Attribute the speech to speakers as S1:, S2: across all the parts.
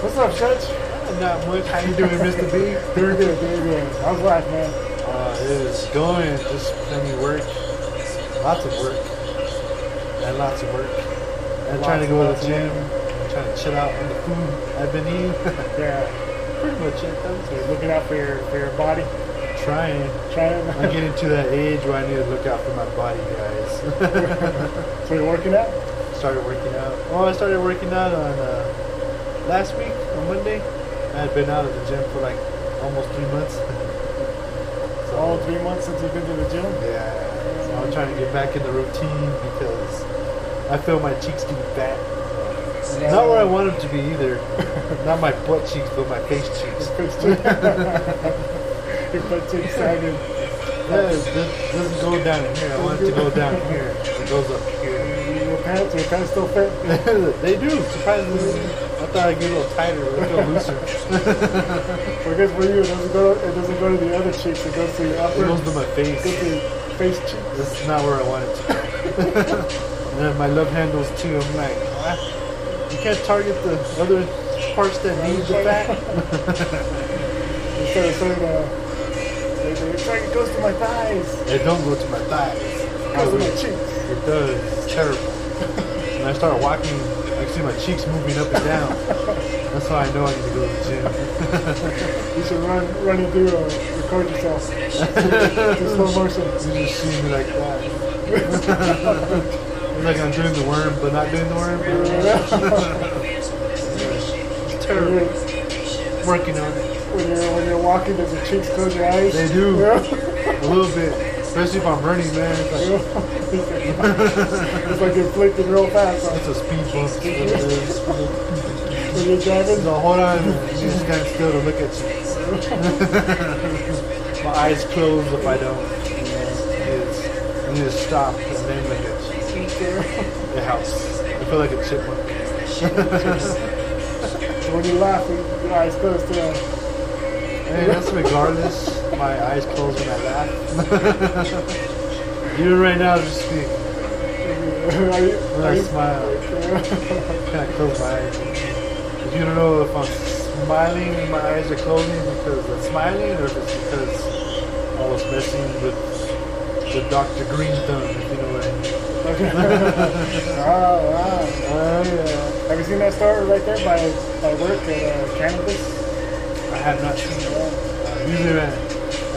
S1: What's up, Church? Uh, Not much. How you doing, Mr. B? Doing good, doing good. How's life, man? Uh, it is going. Just plenty of work. Lots of work. And lots of work. I'm trying to go to the gym. I'm trying to chill out on the food I've been eating.
S2: Yeah.
S1: Pretty much it, though.
S2: So looking out for your for your body.
S1: Trying.
S2: Trying.
S1: I'm getting to that age where I need to look out for my body, guys.
S2: so you're working out.
S1: started working out. Oh, I started working out on uh, last week on Monday. I had been out of the gym for like almost three months. so
S2: All three months since you've been to the gym.
S1: yeah, so I'm trying to get back in the routine because I feel my cheeks getting fat. Not where I want them to be either. Not my butt cheeks, but my face cheeks.
S2: You're butt too excited.
S1: Yeah, it does- doesn't go down here. I want it to go down here. It goes up here.
S2: Your pants, your pants still fit.
S1: they do surprisingly. I thought I'd get a little tighter, a little looser.
S2: Because for you, it doesn't go. It doesn't go to the other cheeks. It goes to your
S1: It
S2: upper.
S1: goes to my
S2: it goes to
S1: face.
S2: your face cheeks.
S1: This is not where I want it to. and then my love handles too. I'm like, "Ah, you can't target the other parts that need the fat.
S2: Instead of saying, uh, they- they- it's like it goes to my thighs.
S1: it don't go to my thighs.
S2: It goes to my
S1: It
S2: cheeks.
S1: does. It's terrible. And I start walking. I see my cheeks moving up and down. That's how I know I need to go to the gym.
S2: You should run, run and do, uh, record yourself. Do slow motion.
S1: you just see me like that. It's like I'm doing the worm, but not doing the worm. it's
S2: When you're,
S1: terrible. Working on it.
S2: when you're when you're walking, does your cheeks close your eyes?
S1: They do.
S2: Yeah.
S1: A little bit. Especially if I'm running, man. It's like,
S2: it's like you're flicking real fast.
S1: that's
S2: Huh?
S1: a speed bump. so
S2: When you're driving,
S1: hold on. You just kind of still to look at you. My eyes close if I don't. It's, you just stop and then look at you. It helps. I feel like a chipmunk.
S2: when you laugh, your eyes close too.
S1: Hey, that's regardless. My eyes closed when I laugh. you right now just be
S2: Are you,
S1: when
S2: are
S1: I
S2: you,
S1: smile.
S2: Yeah.
S1: Kind of close my eyes. 'Cause You don't know if I'm smiling and my eyes are closing because I'm smiling or if it's because I was messing with the Dr. Green Thumb, if you know what I mean.
S2: wow, wow.
S1: Oh, yeah.
S2: Have you seen that store right there by by work at uh, Cannabis?
S1: I have not seen it. Usually I, I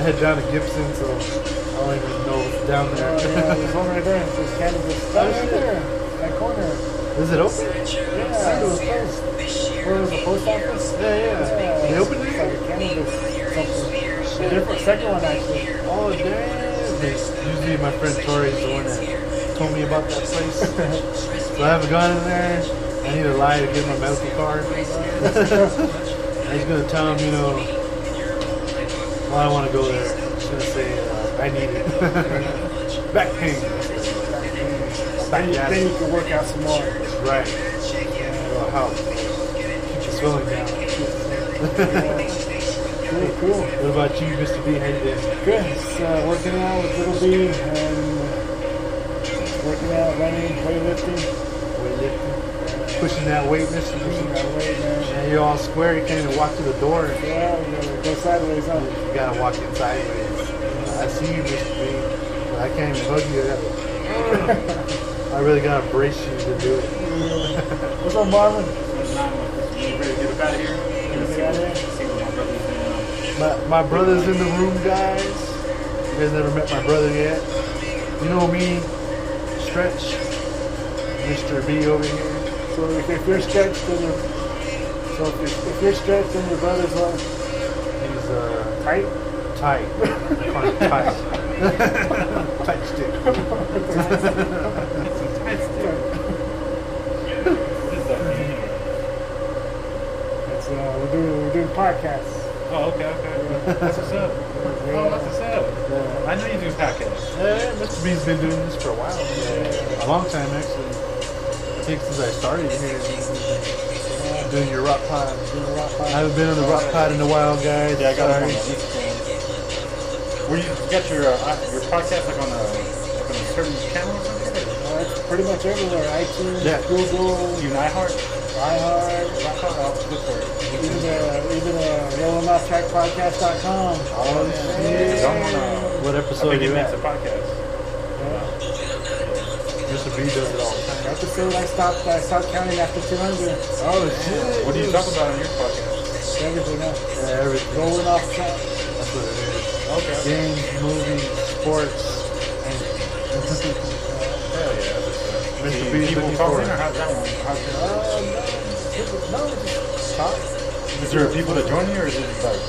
S1: head down to Gibson, so I don't even know what's down
S2: Oh, yeah,
S1: there.
S2: there's one right there. There's Cannabis. Oh, right there. That corner.
S1: Is it open?
S2: Yeah, it was closed. Where was the post office?
S1: Yeah, yeah. They opened
S2: It's
S1: it?
S2: like cannabis something. Different second one actually.
S1: Oh, damn. Usually my friend Tori is the one that told me about that place. so I haven't gone in there. I need a lie to get my medical card. I was going to tell him, you know, well, I want to go there. I was going to say, uh, I need it. Back pain.
S2: Then you,
S1: Yeah.
S2: then you can work out some more.
S1: Right. Well, how? It's swelling down.
S2: Cool, cool.
S1: what about you, Mr. B? How you doing?
S2: Good. It's, uh, working out with Little B and working out, running, weightlifting.
S1: Weightlifting? Pushing that weight, Mr. B?
S2: Pushing that weight, man.
S1: And you're all square, you can't even walk to the door. You
S2: Yeah, we gotta go sideways, huh?
S1: gotta walk in sideways. I see you, Mr. B, but I can't even hug you. I- I really gotta brace you to do it.
S2: What's up, Marvin?
S3: Ready to get up out of here? Gonna see
S2: Get
S3: what-
S2: out of here.
S3: see what
S1: My, my
S3: my brother's doing.
S1: brother's in the room, guys. You guys never met my brother yet. You know me, Stretch, Mr. B over here.
S2: So if, if you're stretched, then you're, so if you're, if you're stretched, then your brother's uh,
S1: He's uh,
S2: tight.
S1: tight. I call him tight. tight stick.
S2: That's, uh, we're doing we're doing podcasts.
S3: Oh, okay, okay. That's what's up. Oh, that's what's up. I know you do podcasts.
S1: Yeah, Mr. B's been doing this for a while. A long time, actually. I think since I started here. Doing your rock pod. I haven't been on the rock pod in a while, guys.
S3: Yeah, I got
S1: Sorry.
S3: one. Were you, you got your uh, i- your podcast like on a like on a certain channel or something?
S2: Uh, it's pretty much everywhere. iTunes,
S1: Yeah.
S2: Google,
S3: You and iHeart?
S2: iHeart.
S3: uh, I thought I was good for it.
S2: Even uh, even uh, rollingofftrackpodcast.com.
S1: Oh,
S3: Because
S1: shit.
S3: I'm on a.
S1: What
S3: I
S1: episode
S3: think
S1: you
S3: he makes a
S1: at?
S3: podcast.
S2: Yeah.
S1: Mr. B does it all the time.
S2: Episode I stopped I stopped counting uh, after 200.
S1: Oh, shit.
S3: What do you talk about on your podcast?
S2: Everything else.
S1: Yeah, everything.
S2: Rolling off track.
S1: That's what it is.
S3: Okay.
S1: Games, movies, sports, anything.
S3: Hell yeah. that's, uh,
S1: Mr.
S3: do
S1: Bean
S3: People
S1: 54.
S3: call in or how's that one? How's that one?
S2: Uh, no, no, just stop.
S3: Is there people that join you or is it like?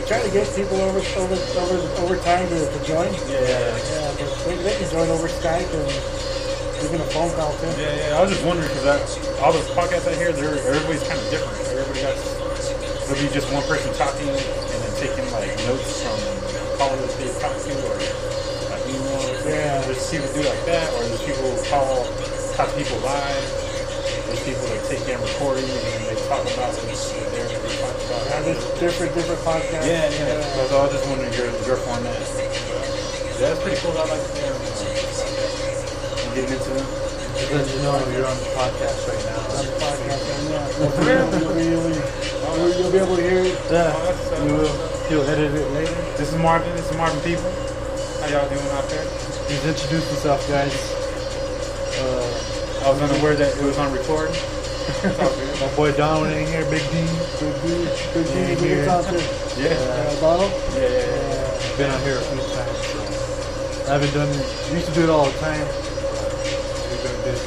S2: I'm trying to get people over over over over time to, to join.
S3: Yeah.
S2: Yeah, but they, they can join over Skype and even a phone call too.
S3: Yeah, yeah. I was just wondering because all those podcasts I hear, they're everybody's kind of different. Everybody got there'll be just one person talking and then taking like notes from callers they talk to or like emails.
S2: Yeah.
S3: there's people do like that, or there's people who call talk to people live. There's people that take in recordings and they talk about it. They're they talk about
S2: Yeah,
S3: how
S2: there's
S3: they-
S2: different different podcasts.
S3: yeah, yeah. So I was- I was just wondering your your format. Yeah, that's pretty cool. I like the uh, getting into them.
S1: Because you know you're on the podcast right now.
S2: Podcast, Uh, yeah. You'll be able to- you'll- you'll be able to hear it.
S1: Yeah, you will. He'll edit it later.
S3: This is Marvin. This is Marvin People. How y'all doing out there?
S1: He's introduced himself, guys. Uh,
S3: I was unaware that it was on record.
S1: my boy Don ain't here. Big D. Big
S2: Good
S1: D. Yeah,
S2: to hear
S1: yeah.
S2: it out there.
S3: yeah.
S2: Uh, Donald?
S3: Yeah, yeah, yeah.
S1: I've been on here a few times. So. I haven't done. We used to do it all the time. We've been busy.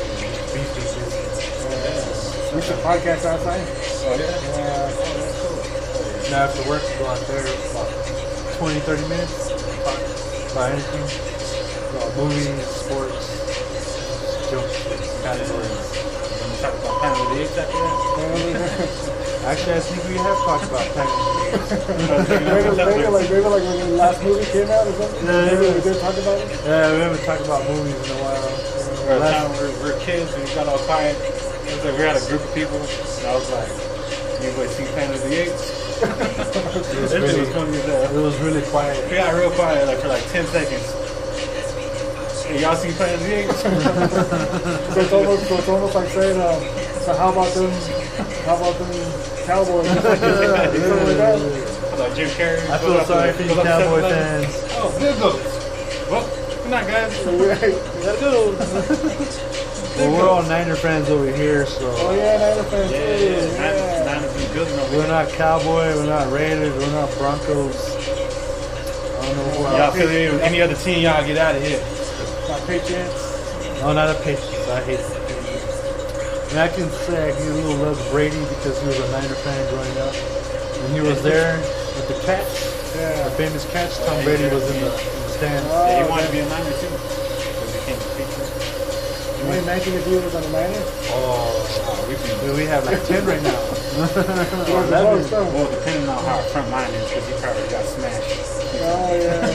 S1: Beef is busy.
S2: We should podcast outside.
S3: Oh, yeah.
S2: Yeah.
S1: Now after work, we go out there about 20, 30 minutes. Talk about anything. About movies, sports, jokes, categories.
S3: When you talk about Planet of the Apes after that.
S1: Actually, I think we have talked about time.
S2: Maybe, maybe like maybe like when the last movie came out or something.
S1: Yeah,
S2: Maybe
S1: yeah.
S2: we did talk about it.
S1: Yeah, we haven't talked about movies in a
S3: Or the
S1: while.
S3: time
S1: Last,
S3: we were, we were kids and we got all quiet. It was like we had a group of people, and I was like, "You boys see Planet of the Apes?"
S1: it, was
S3: That shit was
S1: really,
S3: funny as hell.
S1: it was really quiet.
S3: We got real quiet like for like ten seconds. Hey, y'all see Planet of the Apes?
S2: So it's almost so it's almost like saying, um, so how about them? How about them Cowboys? Something like that.
S3: like Jim Carrey.
S1: I
S3: goes
S1: feel
S3: up
S1: sorry
S3: to-
S1: for you
S3: goes up to
S1: cowboy
S3: 7-Eleven.
S1: fans.
S3: Oh, there goes. Well, good night, guys.
S1: Gotta go. well, we're all Niner fans over here,
S2: Oh
S1: so
S2: yeah, Niner fans.
S3: Yeah,
S2: too,
S3: yeah, yeah. Nine, nine of you building over
S1: we're
S3: there.
S1: not Cowboy, we're not Raiders, we're not Broncos. I don't know who
S3: Y'all
S1: else.
S3: feel any, any other team, y'all get out of here.
S2: My Patriots.
S1: Oh, not a Patriots. I hate the Patriots. And I can say I get a little less Brady because he was a Niner fan growing up. And he was there with the Cats, the
S2: Yeah.
S1: famous Cats. Tom Brady was in the, in the stands.
S2: Oh,
S3: Yeah, you want to be a Niner too. Because you can't feature.
S2: Can you imagine if you was on the Niners?
S1: Oh,
S3: We'd be,
S1: dude, we have like 10 right now.
S2: Oh,
S1: Eleven.
S2: oh,
S3: well, depending on how our front line is, because he probably got
S2: Oh,
S3: smashed.
S2: yeah.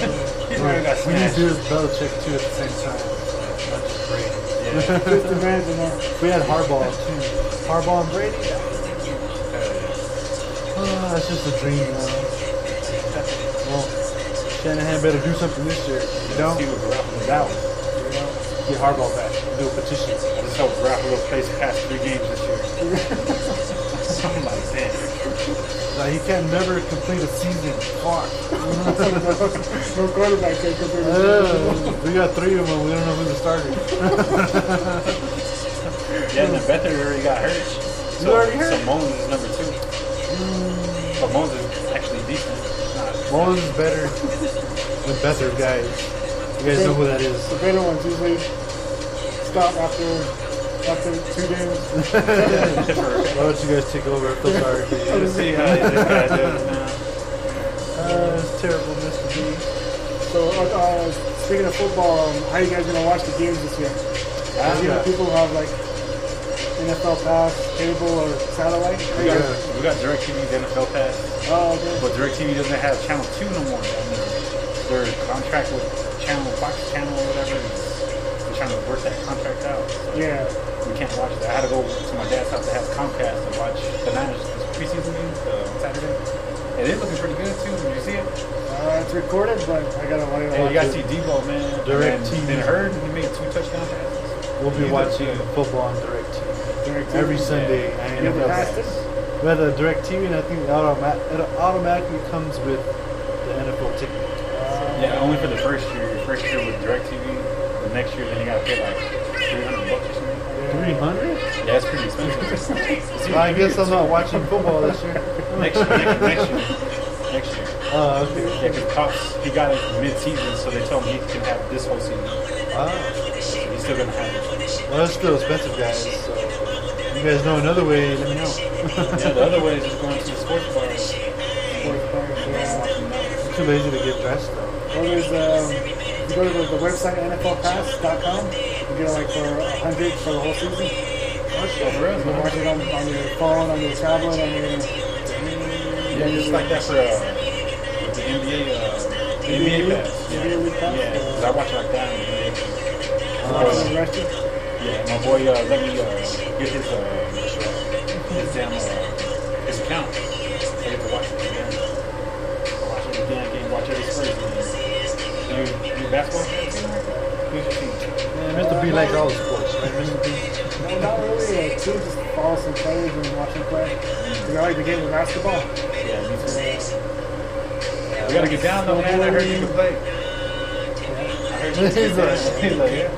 S3: He probably got
S1: We need to do
S3: smashed.
S1: Belichick too at the same time. Not just Brady.
S3: Yeah.
S2: Just imagine uh, that.
S1: We had Harbaugh too. Harbaugh and Brady. Ah, that's just a dream. You know? Well, Shanahan better do something this year. You know,
S3: He was Garoppolo.
S1: doubt. You know, get Harbaugh back. Do a petition.
S3: I just hope Garoppolo plays the past three games this year. Something like that.
S1: Like, he can never complete a season. Fuck.
S2: No quarterback can compare to
S1: Ugh, Oh. we got three of them. We don't know who the starter. is.
S3: Yeah, and Bethard already got hurt. So,
S1: You already hurt?
S3: So Mullins is number two. But Mullins is actually decent.
S1: Mullins is better than Bethard, guys. You guys know who that is.
S2: The better ones usually stop after after two games.
S3: Except for
S1: Why don't you guys take over? I feel sorry for you.
S3: Let's see how they do now.
S1: Uh, it's terrible, Mr. B.
S2: So uh, uh, speaking of football, um, how you guys gonna watch the games this year?
S3: Ah,
S2: You know,
S1: yeah.
S2: people who have like NFL Pass, cable, or satellite.
S3: We got, we got DirecTV's NFL Pass,
S2: Oh, okay.
S3: but DirecTV doesn't have Channel 2 no more. And their, their contract with Channel Fox Channel or whatever, is- they're trying to work that contract out. So
S2: Yeah.
S3: we can't watch it. I had to go to my dad's house to have Comcast to watch the Niners preseason game uh, Saturday. And it's looking pretty good too. Did you see it?
S2: Uh, it's recorded, but I gotta watch it.
S3: Hey, Oh, you gotta see Debo, man.
S1: Direct
S3: and,
S1: TV.
S3: Then Hurd, he made two touchdown passes.
S1: We'll be
S3: Neither
S1: watching
S3: do.
S1: football on DirecTV
S2: Direct TV.
S1: every Sunday. I
S2: You
S1: am
S2: ever
S1: up.
S2: passed it?
S1: But uh, DirecTV, and I think it, automa- it automatically comes with the NFL ticket.
S3: Yeah, only for the first year. Your first year with DirecTV. The next year, then you gotta pay like 300 bucks or something.
S1: 300?
S3: Yeah, that's pretty expensive. It's even
S1: I guess I'm
S3: weird.
S1: not watching football this year.
S3: Next year, next, next year, next year.
S1: Oh, okay.
S3: Yeah, 'cause Cox, he got it mid-season, so they told him he can have this whole season.
S1: Ah.
S3: But he's still gonna have it.
S1: Well, that's still expensive, guys. So you guys know another way, let me know.
S3: Yeah, the other way is just going to the sports bar. Oh, Sports bar.
S1: I'm too lazy to get dressed, though.
S2: Or there's, uh, um, you go to the, the website NFLpass.com, you get it like for a hundred for the whole season.
S3: Yeah, for real,
S2: You can
S3: man.
S2: watch it on, on your phone, on your tablet, on your.
S3: Yeah, just like that for uh, with the NBA, uh, the NBA pass. Yeah,
S2: NBA League Pass?
S3: yeah, 'cause I watch it like that.
S2: on
S3: And,
S2: your restaurant.
S3: yeah, my boy, uh, let me uh, get his uh, his damn uh, his account. So I get to watch it again. Watch it again. I can watch every Spurs game. You, you basketball? Who's your team?
S1: It used to be like all sports, right? Mr. B?
S2: No, not really. Like, too, just follow some players and watch them play. 'Cause I like the game of basketball.
S3: Yeah, me too. We gotta get down though, man. I heard you can play. I heard you can play. He's like, yeah.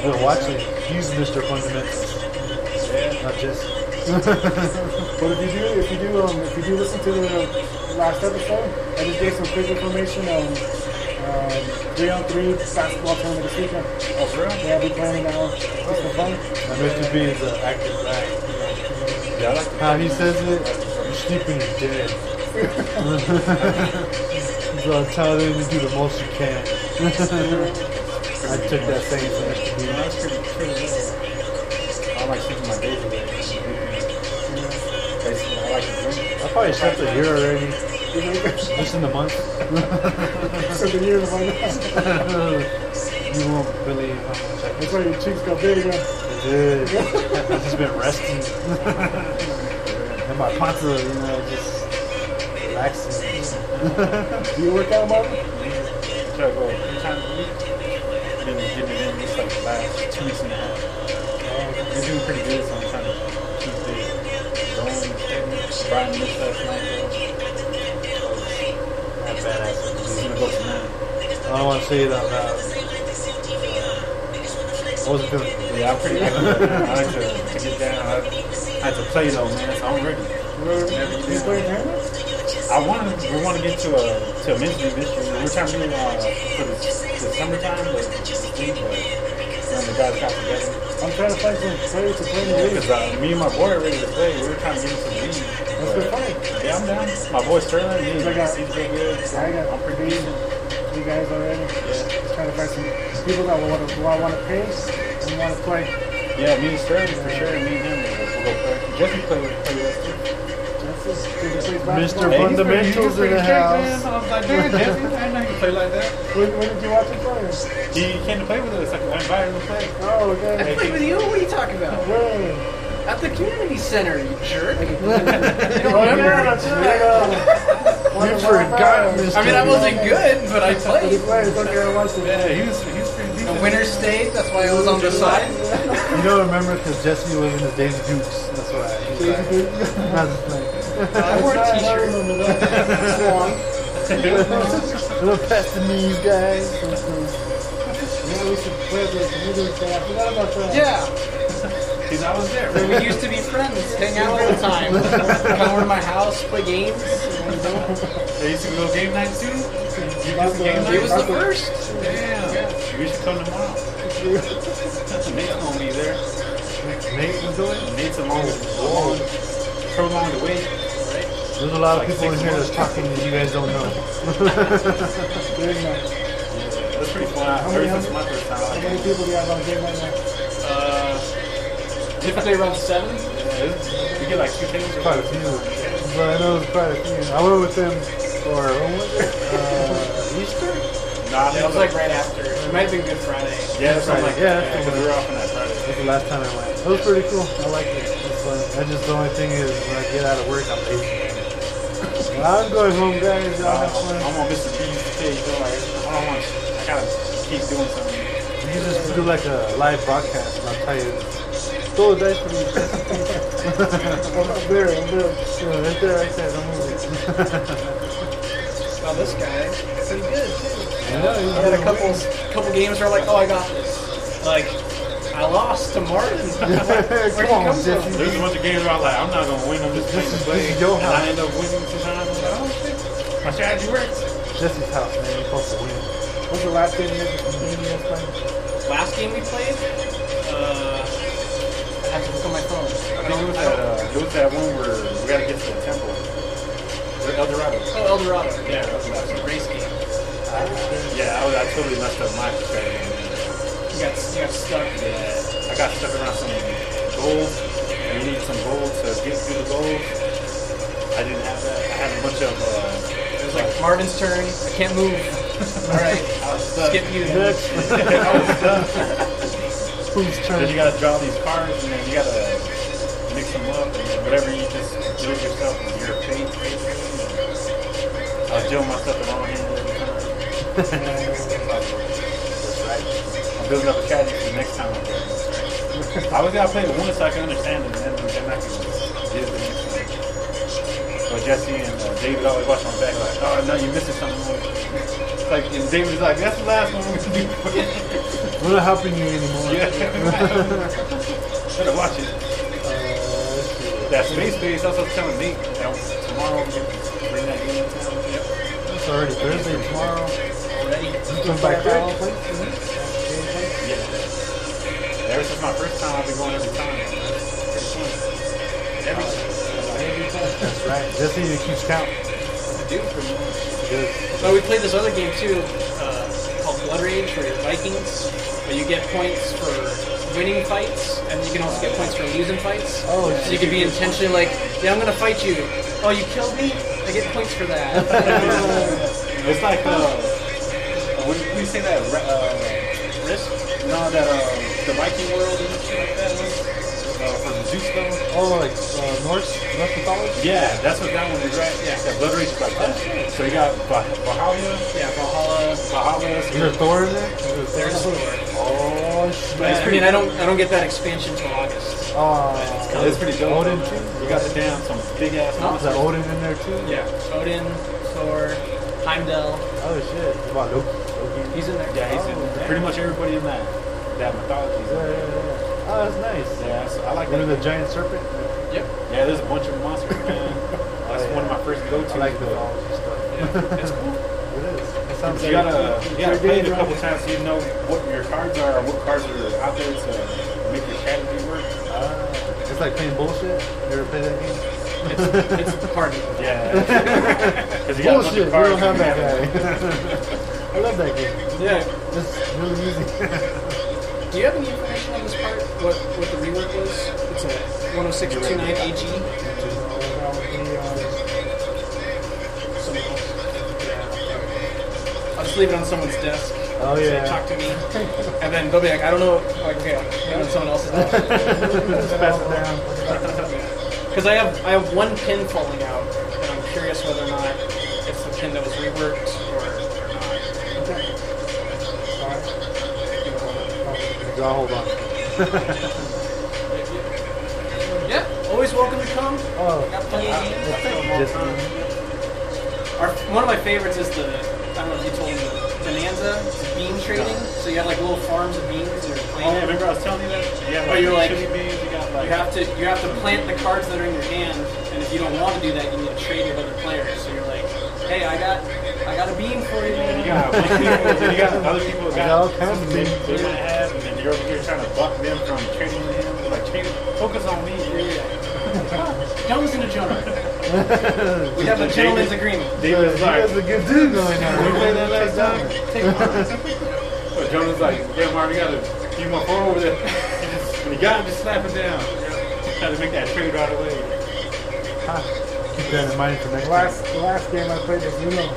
S1: They're watching. He's Mr. Fundamentals,
S3: yeah.
S1: not just.
S2: But if you do, if you do, um, if you do listen to the last episode, I just gave some quick information on um, three on three basketball tournament this weekend.
S3: Oh, for real?
S2: Yeah, I'll be playing now. Just for fun.
S1: Now, Mr. B is an active guy.
S3: Yeah, I like the-
S1: How he says it, you're sleeping is dead. so I'm telling you to do the most you can. I took that thing from Mr.
S3: You know,
S1: B.
S3: that's pretty pretty good. I like sleeping my days away. Basically, I like to drink.
S1: I probably slept a year already, just in the month.
S2: So the year of my
S1: you won't believe how much I
S2: That's why your cheeks got big. Uh,
S1: did. I've just been resting. and my panza, you know, just relaxing.
S2: do you work out, Marvin?
S3: Try to go three times a week. Been getting it in just like the last two weeks and a half. Been doing pretty good, so I'm trying to keep it going. steady. Brian missed last night, though. Not badass. He's gonna go tonight.
S1: I don't want to say it out loud. I wasn't feeling it.
S3: Yeah, I'm pretty good. I like to, to get down. I, I had to play though, man, so I'm ready.
S2: Are you playing tournaments?
S3: I want to. We want to get to a to a men's league this year. We're trying to do uh, for the, the summertime, but when the guys got together,
S2: I'm trying to find some players to play in the league.
S3: because uh, me and my boy are ready to play. We were trying to get into the league.
S2: Let's go play.
S3: Yeah, I'm down. My boy Sterling, he's,
S2: I got-
S3: he's pretty good. So
S2: I got
S3: I'm pretty decent.
S2: You guys already? Just trying to find some people that will want to, want to pay and want to play.
S3: Yeah, me and Sterling for sure. Me and him, we'll go play. Jesse played with play with us too.
S2: That's it. Just play
S1: Mr.
S2: basketball.
S3: Hey, he's pretty- he's
S1: Fundamentals
S3: pretty
S1: in the
S3: good, man.
S1: house.
S3: I was like, dude, Jesse, I didn't know you could play like that.
S2: When, when did you watch it play?
S3: He came to play with us. Like, I invited him to play.
S2: Oh, okay.
S4: Play with you? What are you talking about?
S2: Hey.
S4: At the community center, you jerk.
S2: Oh, yeah, that's it. I know.
S1: You forgot, Mr.
S4: I mean, I wasn't good, but I
S2: He
S4: played.
S2: plays. Okay, I watched it.
S3: Yeah, he was he was pretty decent.
S4: The winner stayed. That's why I was on the side.
S1: You don't remember because Jesse was in the Daisy Dukes. That's why. He's like, not just like,
S4: I wore a
S2: I
S4: t-shirt.
S2: remember that.
S4: It's long.
S1: little past the knees, guys.
S2: Yeah, we should play this music. I forgot about that.
S4: Yeah.
S3: Because I was there.
S4: We used to be friends, hang out all the time. Come over to my house, play games.
S3: They used to go game night too. You
S2: That's
S3: do game
S2: what-
S4: It was the
S3: night.
S4: first.
S3: Damn. You should come tomorrow. That's Nate's gonna be there.
S1: Nate was doing.
S3: Nate's a long, long prolonged wait. Right?
S1: There's a lot of people in here that's talking that you guys don't know.
S2: Game night.
S3: That's pretty fun. I
S2: many-
S3: heard this my first
S2: How
S3: time.
S2: many people do you have on game night now?
S3: Uh,
S4: Did say around seven?
S3: it's- we get like two tables. or
S1: Quite a
S3: something.
S1: few. But I know it's quite a few. I went with them for when was it? Uh, Easter?
S3: Nah,
S4: It was like right after. It might have been Good Friday.
S3: Yeah, that's right. Like,
S1: Yeah,
S3: yeah,
S1: that's
S3: because we were off on that Friday.
S1: That's the last time I went. It was pretty cool. I liked it. It was fun. I just the only thing is when I get out of work, I'm lazy. I'm going home, guys. Y'all have
S3: Uh,
S1: fun.
S3: I'm on Mr. B's case. I'm like, I don't want. I gotta keep doing something.
S1: You can just do like a live broadcast and I'll tell you Throw the dice for me.
S2: I'm, I'm there. I'm there.
S1: Yeah, right there, right there. Don't move it.
S4: Well, this guy, pretty good too.
S1: yeah, he's
S4: I had a
S1: doing
S4: couple,
S1: great.
S4: couple games where I'm like, oh, I got this. Like, I lost to Martin. Where'd you
S1: Come on,
S4: come from?
S1: Jeffy.
S3: There's a bunch of games where I'm like, I'm not gonna win. I'm just playing to play.
S1: This is your
S3: and
S1: house.
S3: I end up winning sometimes. I'm like, oh shit, my strategy works.
S1: Jesse's house, man. You're supposed to win.
S2: What's the last game you had to game you guys played?
S4: Last game we played, uh, I have to look on my phone.
S3: I think it was that, uh, it was that one where we gotta get to the temple. Where El Dorado.
S4: Oh, El Dorado.
S3: Yeah,
S4: that was a race game.
S3: Yeah, I, was, I totally messed up my strategy.
S4: You got, you got stuck.
S3: I got stuck around some gold. and You need some gold to get through the gold. I didn't have that. I had a bunch of. Uh,
S4: It was like Marvin's turn. I can't move. All right,
S3: I was stuck.
S4: skip you.
S3: I was stuck.
S1: Who's
S3: Then
S1: turn?
S3: you gotta draw these cards, and then you gotta mix them up, and then whatever you just do it yourself with your fate. I was doing myself in all hands every time. I'm building up a strategy for the next time I'm there. I was gonna play it once so I can understand it, and then then I can get it the next time. But Jesse and uh, David always watch my back, like, oh no, you're missing something. Like, and David's like, that's the last one we're gonna do.
S1: We're not helping you anymore.
S3: Yeah. Better watch it. Uh, That space base, that's what I'm telling me. Now, tomorrow, we can bring that game in town.
S1: It's already Thursday tomorrow.
S4: Already.
S1: You going back out?
S3: Yeah. Ever since my first time, I've been going every time. Every time.
S1: That's right. Jesse even keeps count.
S4: Dude, pretty much.
S1: Good.
S4: Well, we played this other game too uh, called Blood Rage where you're Vikings, but you get points for winning fights, and you can also get points for losing fights.
S1: Oh,
S4: so you could be intentionally like, yeah, I'm gonna fight you. Oh, you killed me? I get points for that.
S3: It's like, uh, what do you say that? ra- Uh, risk? No, that, uh, the Viking world and shit like that was? Uh, from Zeus though?
S1: Oh, like uh, Norse, Norse mythology.
S3: Yeah, that's what that one is, right? Yeah, that blood rage is like that. So you got Bah- Bahavia,
S4: yeah, Valhalla.
S3: Bahavia,
S1: Is there Thor in there?
S4: There's
S1: Oh shit!
S4: I mean, I don't, I don't get that expansion till August.
S1: Oh,
S3: It's pretty dope.
S1: Odin
S3: though.
S1: too?
S3: You got the damn some big ass
S1: is
S3: monster.
S1: that Odin in there too?
S4: Yeah, Odin, Thor, Heimdall,
S1: Oh shit! Oh, What About Loki.
S4: he's in there. Oh,
S3: Yeah, he's in- pretty much everybody in that that mythology.
S1: Yeah, yeah, yeah. Oh, that's nice.
S3: Yeah, so I like
S1: One of the
S3: that.
S1: giant serpent.
S4: Yep.
S3: Yeah, there's a bunch of monsters, man. That's one of my first go-tos.
S1: Oh, I like
S3: but-
S1: mythology stuff.
S3: Yeah, it's cool.
S1: It is. It sounds
S3: You gotta, you gotta play it a couple times so you know what your cards are and what cards are out there to make your strategy work.
S1: Ah, it's like playing bullshit. You ever play that game?
S4: It's, it's hard.
S3: Yeah. Because you got a bunch
S1: Bullshit. We
S3: of cards.
S1: don't have
S3: and you
S1: that
S3: have-
S1: guy. I love that game.
S4: Yeah.
S1: It's really easy.
S4: Do you have any information on this part? What what the rework oh was? It's a 10629
S2: That
S4: AG.
S2: would be, um,
S4: Someone else. I'll just leave it on someone's desk.
S1: Oh,
S4: Say,
S1: yeah.
S4: Talk to me, and then they'll be like, I don't know. Like, okay, I'll leave it on someone else's desk.
S1: Just pass it down.
S4: Because I have I have one pin falling out, and I'm curious whether or not it's the pin that was reworked or not.
S2: okay. Alright.
S1: So I'll hold on.
S4: Yeah. Always welcome to come.
S1: Oh,
S4: Got plenty of games.
S1: just
S4: Our, one of my favorites is the, I don't know if you told me, the Bonanza bean trading. So you have like little farms of beans and you're
S3: Oh, yeah,
S4: planting.
S3: remember I was telling you that? Yeah,
S4: Oh, you're like-
S3: chili beans, you got like.
S4: You have to you have to plant the cards that are in your hand, and if you don't want to do that, you need to trade with other players. So you're like, hey, I got I got a bean for you.
S3: You got one people, then you got other people that
S1: I got
S3: got
S1: all kinds of
S3: they,
S1: things.
S3: they want to have, and then you're over here trying to block them from trading with him. Like, hey, focus on me.
S4: Don't listen to Jonah. We have a
S3: David-
S4: gentleman's agreement.
S1: David,
S3: David's
S1: you guys
S3: like,
S1: a good dude going on.
S3: we played that last time.
S4: Take mine.
S3: But Jonah's like, yeah, Marvin, you got to keep my phone over there. when he got him, just slap it down. Try to make that trade right away.
S1: Huh. Keep that in mind for next
S2: The
S1: time.
S2: last, the last game I played was Uno.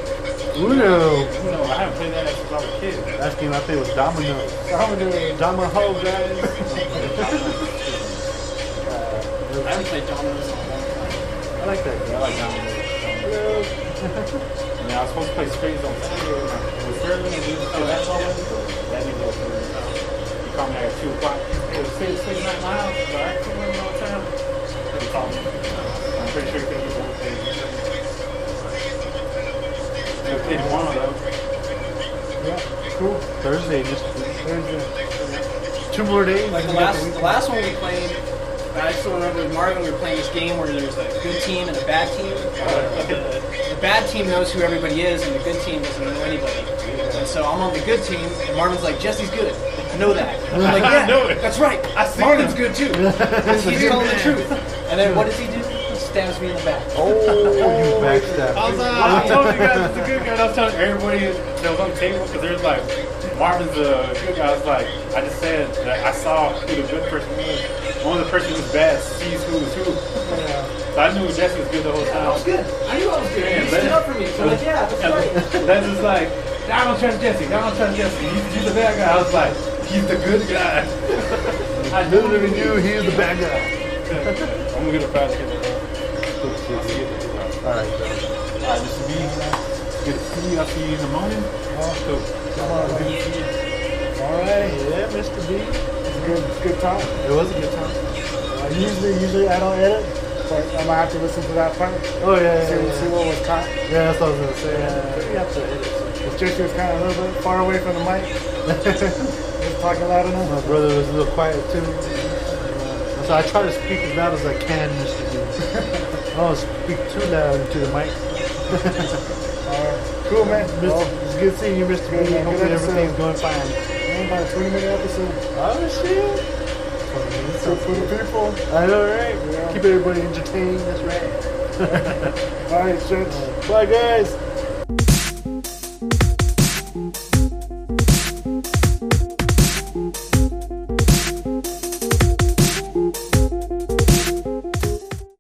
S1: Uno.
S3: You know, I haven't played that since I was a kid.
S1: Last game I played was Domino.
S2: I'm gonna do it.
S1: Domaho, guys.
S4: I haven't played Domino's in a long time.
S1: I like that
S3: I
S1: game.
S3: like Domino's. Man, I was supposed to play spades on Saturday. It was fairly easy. Oh, that's all. That didn't go through. He called me like at 2 o'clock. Hey,
S2: to say say not loud, but I tell them all the time. They call me. I'm pretty sure they was one page.
S3: They paid one of those.
S2: Yeah, cool.
S1: Thursday, just
S2: There's the
S1: two more days.
S4: Like the last, the last one we played, I still remember with Marvin. We were playing this game where there's a good team and a bad team. But the, the bad team knows who everybody is, and the good team doesn't know anybody. And so I'm on the good team, and Marvin's like, "Jesse's good. I know that." And I'm like, "Yeah,
S3: know it.
S4: that's right. Marvin's good too. 'Cause he's telling the truth." And then what does he do? He stabs me in the back.
S1: you backstab.
S3: I was uh, I told you guys it's a good guy. and I was telling everybody that was on the table because there's like Marvin's a good guy. I was like, I just said that I saw who the good person was. Only the person who's bad sees who is who. So I knew Jesse was good the whole
S4: I was
S3: time.
S4: good. I knew I was good.
S3: Yeah,
S4: He stood
S3: but-
S4: up for me. So I'm like, "Yeah, that's right."
S3: And that's just like Donald Trump Jesse, Donald Trump Jesse. He's, he's the bad guy. I was like, he's the good guy. I
S1: Literally knew he was the bad guy.
S3: I'm gonna get a prize kid. All
S1: Alright, so.
S3: right, Mr. B. Good to see you. I'll see you in the morning. So,
S2: Alright,
S1: Yeah, Mr. B.
S2: it's a good, it's a good time.
S1: It was a good time.
S2: Uh, usually, usually I don't edit, but I'm gonna have to listen to that part. See,
S1: Oh, yeah, yeah,
S2: see
S1: yeah.
S2: what was caught.
S1: Yeah, that's what I was gonna say.
S2: Yeah.
S1: You have to edit some.
S2: Because Jesse was kind of a little bit far away from the mic. He was talking loud enough.
S1: My brother was a little quiet too. So I try to speak as loud as I can, Mr. B. I don't speak too loud into the mic.
S2: Uh, cool, man.
S1: Mr.
S2: Well,
S1: it's good seeing you, Mr.
S2: Good,
S1: B.
S2: man. Good
S1: Hopefully
S2: episode.
S1: everything's going fine.
S2: man, about a 20 minute episode.
S1: Oh shit!
S2: So for the people.
S1: I know, right?
S2: Yeah.
S1: Keep everybody entertained. That's right.
S2: All right, church.
S1: Bye, guys.